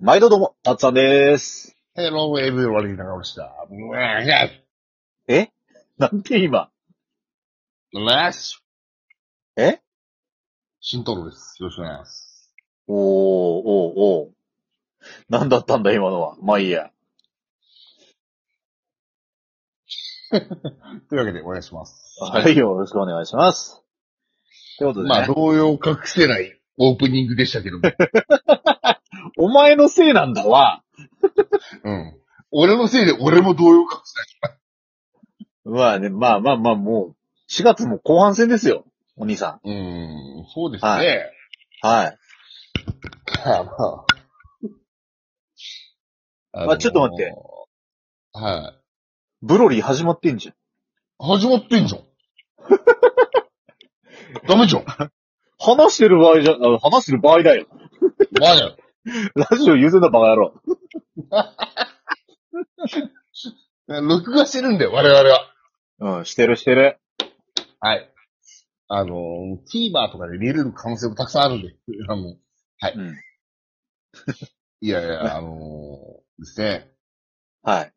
毎度どうも、たっさんでーす。 Hello, everybody, 中尾した。Yes! えなんで今 Yes! え新登録です。よろしくお願いします。おー、おー、おー。なんだったんだ今のは。まあいいや。というわけで、お願いします。はい、よろしくお願いします。ってことで、ね。まあ、動揺を隠せないオープニングでしたけ ども。お前のせいなんだわ。うん。俺のせいで俺も動揺を隠せない。まあね、まあまあまあ、もう、4月も後半戦ですよ。お兄さうーん、そうですね。はん。はい。まあまあ。まあちょっと待って。はブロリー始まってんじゃん。い。始まってん じゃん。ダメじゃん。話してる場合じゃ、あ話してる場合だよ。まあだよ。ラジオ優先だバカ野郎。録画してるんだよ、我々は。うん、してるしてる。はい。あのー、TVer とかで見れる可能性もたくさんあるんで、あうの、ん。 いやいや、あのー、ですね。はい。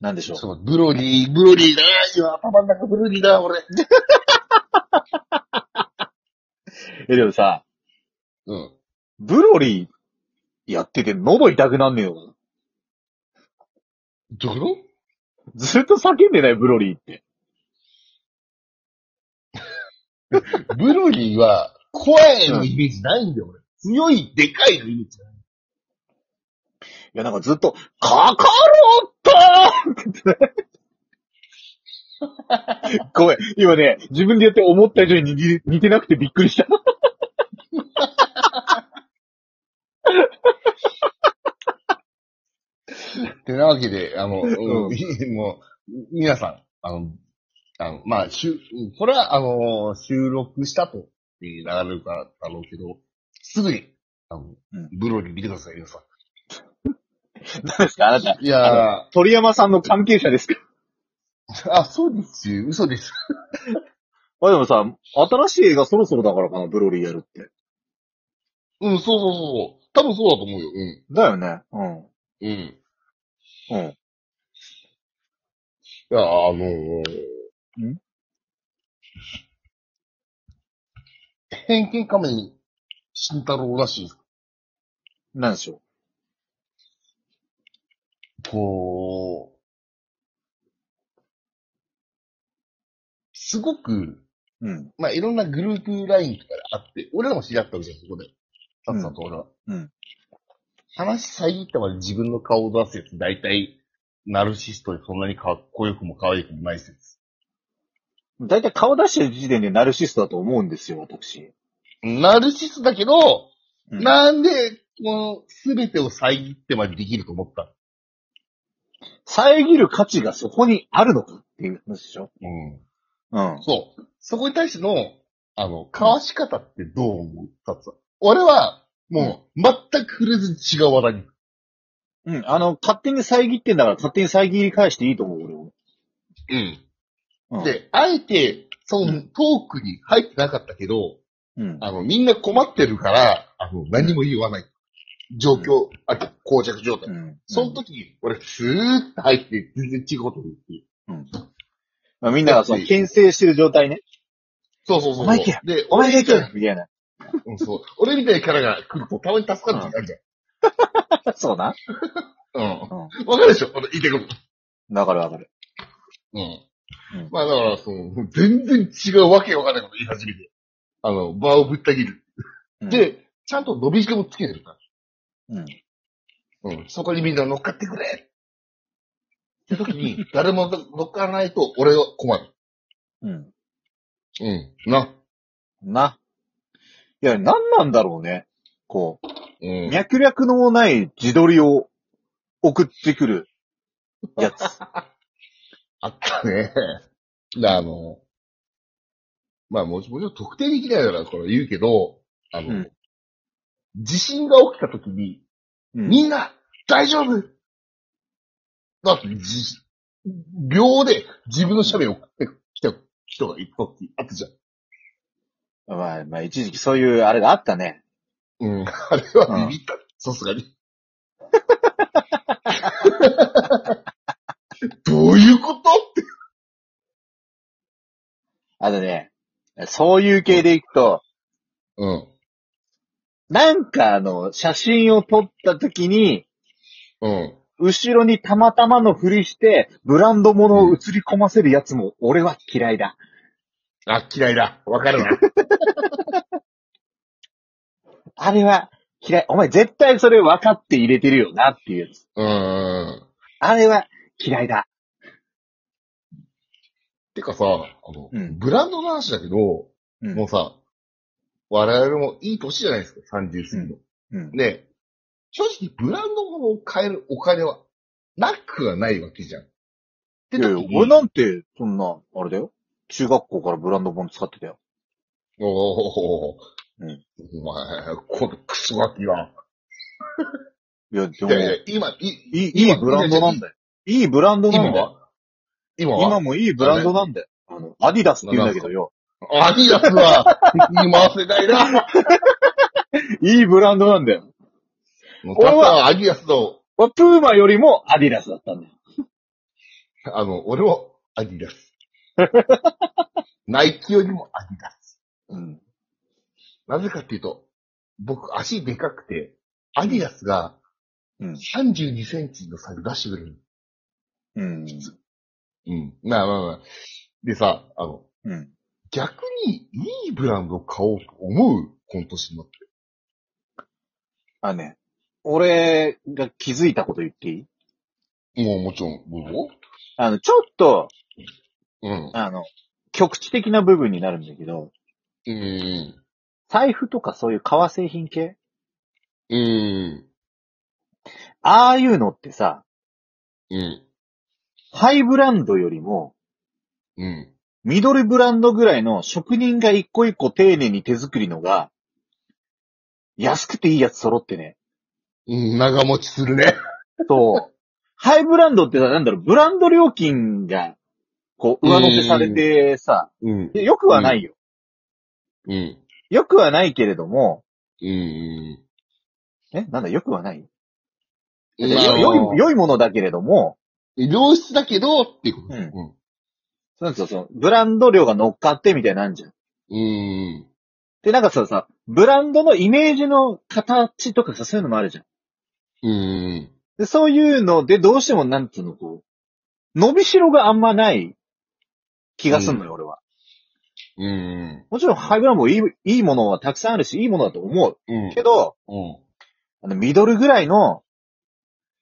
なんでしょう。そう、ブロリー、ブロリーだ、今頭の中ブロリーだ、俺。え、でもさ、うん。ブロリーやってて喉痛くなんねえよ。どういうこずっと叫んでない、ブロリーって。とブロリーは、怖いのイメージないんだよ、俺。強い、でかいのイメージない。いや、なんかずっと、カカロットって言ってね ごめん、今ね、自分でやって思った以上に似て似てなくてびっくりした。てなわけで、あの、う もう、皆さん、あの、あの、まあ、しゅ、これは、あの、収録したと、えー流れるからだろうけど、すぐに、あのうん、ブロリー見てください、皆さ何ですかあなた。ん。いや鳥山さんの関係者ですかー、あ、そうですよ、嘘です。あ、でもさ、新しい映画そろそろだからかな、ブロリーやるって。うん、そうそうそう。多分そうだと思うよ。うん。だよね。うん。うん。いうん。や、あのー、ん偏見仮面、慎太郎らしい。なんでしょこう、すごく、う。うん。まあ、いろんなグループラインとかがあって、俺らも知り合ったんですよ、そこで。さっさと俺は。うん。話遮ったまで自分の顔を出すやつ、大体、ナルシストでそんなにかっこよくも可愛くもない説。だいたい顔出してる時点でナルシストだと思うんですよ、私。ナルシストだけど、うんなんで、この、すべてを遮ってまでできると思った遮る価値がそこにあるのかっていう話でしょうん。うん。そう。そこに対しての、あの、かわし方ってどう思ったつ俺は、もう、全く触れず違う話題に。うん、あの、勝手に遮ってんだから勝手に遮り返していいと思う、俺も。うん、で、あえて、そうの、んトークに入ってなかったけど、うん。あの、みんな困ってるから、あの、何も言わない。状況、あと、膠着状態。うん。その時に、俺、スーって入って、全然違うこと言って。まあ、みんながその、牽制してる状態ね。そうそうそう。お前行けで、お前が俺み行たいなくみたいな。うんそう。俺みたいなキャラが来ると、たまに助かる時あるじそうな。うゃん。ん。うん。わかるでしょ俺、言いたいこと。わかるわかる。うんうんまあだから、その、全然違うわけわかんないこと言い始めて。あの、場をぶった切る。うん、で、ちゃんと伸びしろもつけてるかうん。ら。うん。そこにみんな乗っかってくれって 時に、誰も乗っからないと俺は困る。うん。うん。な。な。いや、なんなんだろうね。こうう、ん。脈略のない自撮りを送ってくるやつ。あったね。で、あの、まあもちもちろん特定できないからこれ言うけど、あの、うん地震が起きた時に、うん。みんな、大丈夫だって、じ、秒で自分の写メを送ってきた人がいた時あったじゃん。まあ、まあ、一時期そういうあれがあったね。 うん。あれはビビった。さすがに。どういうことって。あのね、そういう系でいくと、うん。なんかあの、写真を撮った時に、うん。後ろにたまたまのふりして、ブランド物を映り込ませるやつも俺は嫌いだ。あ、嫌いだ。わかるな。あれは嫌い。お前絶対それ分かって入れてるよなって いうやつ。うん。あれは嫌いだ。てかさ、あの、うんブランドの話だけど、うんもうさ、我々もいい年じゃないですか、30過ぎの。うん。で、正直ブランド物を買えるお金はなくはないわけじゃん。でいやいや俺なんて、そんな、あれだよ。中学校からブランド物使ってたよ。おお、うんお前、このクソガキが。いや、でいも、やいいや、今、いい、い、いいブランドなんだよ。いいブランドな今んだよ。は今今はもいいブランドなんだよ。あの、アディダスって言うんだけどよ。アディダスは、今は世 代だ。いいブランドなんだよ。俺はアディダスと、俺プーマよりもアディダスだったんだよ。あの、俺はアディダ ス。ナイキよりもアディダス。うん。なぜかっていうと、僕足でかくて、アディダスがうん。 32センチの差で出してくれる。うん。うん。まあまあまあ。でさ、あの、うん。逆にいいブランドを買おうと思う、今年になって。あのね、俺が気づいたこと言っていいもうもちろん、どうあの、ちょっと、うん。あの、局地的な部分になるんだけど、うん。財布とかそういう革製品系うん。ああいうのってさ、うん。ハイブランドよりも、うん。ミドルブランドぐらいの職人が一個一個丁寧に手作りのが、安くていいやつ揃ってね、うん。長持ちするね。 そう。ハイブランドってさなんだろう、ブランド料金が、こう、上乗せされてさ、うん。よくはないよ。うん。よくはないけれども、うん。え、なんだ、よくはないうん。よ良い、良いものだけれども、良質だけど、っていうこと。うんそうなんですよ、その、ブランド料が乗っかってみたいなんじゃん。うん。で、なんかさ、さ、ブランドのイメージの形とかさ、そういうのもあるじゃん。うん。で、そういうので、どうしても、なんつうの、こう、伸びしろがあんまない気がすんのよ、俺は。うん。もちろん、ハイブランドもいい、いいものはたくさんあるし、いいものだと思う。うん。けど、うん。あの、ミドルぐらいの、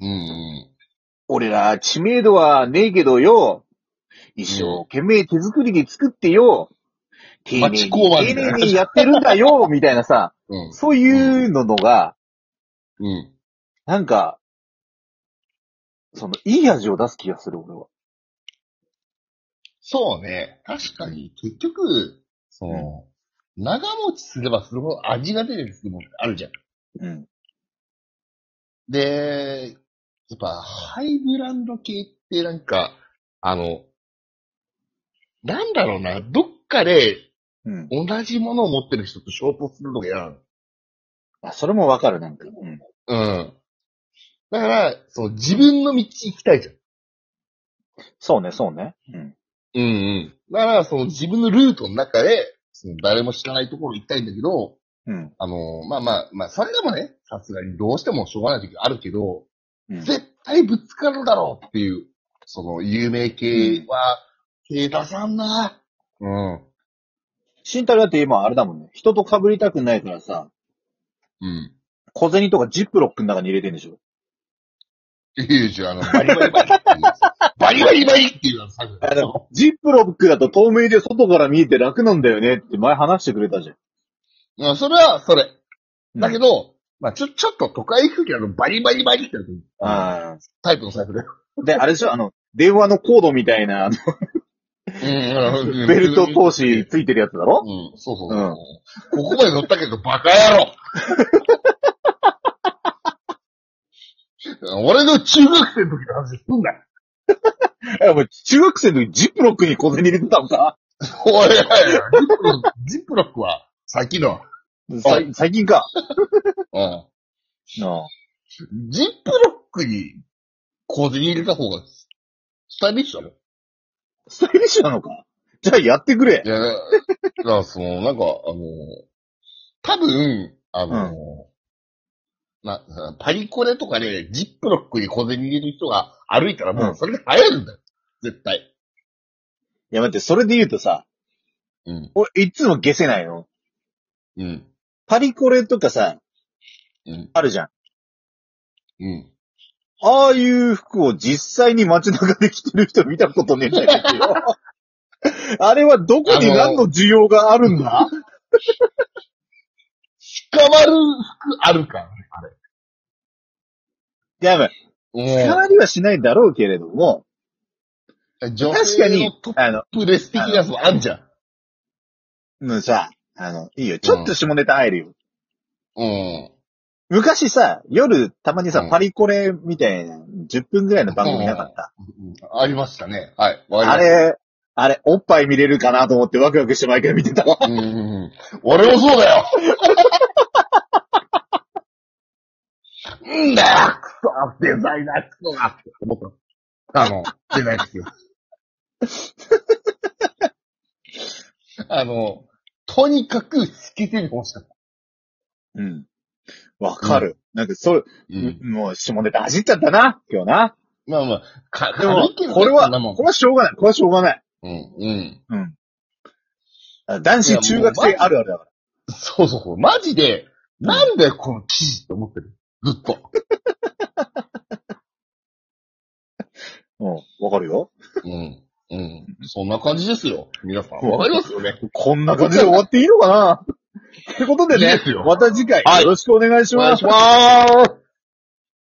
うん。俺ら知名度はねえけどよ、一生懸命手作りで作ってよ、丁寧に、町工場丁みたいな寧にやってるんだよ、 みたいなさ、うん。そういうののが、うん。なんか、その、いい味を出す気がする、俺は。そうね。確かに、結局、その、長持ちすればするほど味が出てくるものってあるじゃん。うん。で、やっぱ、ハイブランド系ってなんか、あの、なんだろうな、どっかでうん。同じものを持ってる人と衝突するのが嫌なの。あ、それもわかる、なんか。うん。うん。だから、そう、自分の道行きたいじゃん。そうね、そうね。うん。うんうん。だから、その自分のルートの中で、その誰も知らないところ行きたいんだけど、うん。あの、まあまあ、まあ、それでもね、さすがにどうしてもしょうがない時あるけど、うん。絶対ぶつかるだろうっていう、その有名系は、手出さんな。うん。慎太郎だって今あれだもんね。人と被りたくないからさ、うん。小銭とかジップロックの中に入れてんでしょいいじゃん、あの、バリバリバリっていうやつ。バリバリバリっていうのさ、あの、ジップロックだと透明で外から見えて楽なんだよねって前話してくれたじゃうん、それは、それ。ん。だけど、ど、まあ、ちょ、ちょっと都会行くけど、バリバリバリってやつあタイプの財布だよ。ーで、あれでしょあの、電話のコードみたいな、あのうんベルト通しついてるやつだろうん、そうそうそう。ここまで乗ったけど、バカ 野郎俺の中学生の時の話すんだよ。え、お前、中学生の時ジップロックに小銭入れてたのかおいおいおいジップロックジップロックは、さっきの。さ最近か。うんなあジップロックに小銭入れた方が、スタイリッシュだもん。いスタイリッシュなのかじゃあやってくれ。や、だだからその、なんか、あの、多分、あの、な、パリコレとかで、ジップロックに小銭入れる人が歩いたらもうそれで流行るんだよ。絶対。いや待って、それで言うとさ、うん。俺いつも消せないの。うん。パリコレとかさ、うん。あるじゃん。うん。ああいう服を実際に街中で着てる人見たことねえんだけど。あれはど こに何の需要があるん だ捕まる服あるからね、あれ。いや、まあ捕もまりはしないだろうけれども、う、女確か性にのト、ッあの、プレス的なやつもあんじゃん。うんさ、あの、いいよ。ちょっと下ネタ入るよ。うん。昔さ、夜、たまにさう、んパリコレみたいな、10分ぐらいの番組なかった。ありましたね。はい。わあかりれ、あれ、おっぱい見れるかなと思ってワクワクして毎回見てたわ。ました。うんうんうん。俺もそうだようんだよクソデザイナークソがって思った。あの、デザイナーですよ。 あの、とにかく透けてる欲しかった。うん。わかる。なんか、それ、う。もう下ネタ走っちゃったな、今日な。まあまあ、か、でも軽いけど、ねこれはそんなもんこれはしょうがない。これはしょうがない。うん、うん。あ男子中学生あるあるだかそうそうそう。マジで、なんでこの記事って思ってるずっと。ら。うん。わかるよ。うん。うん。そんな感じですよ。皆さん。わかりますよね。こんな感じで終わっていいのかなってことでいいねですよ、また次回はいよろしくお願いしお願まいすし。ます。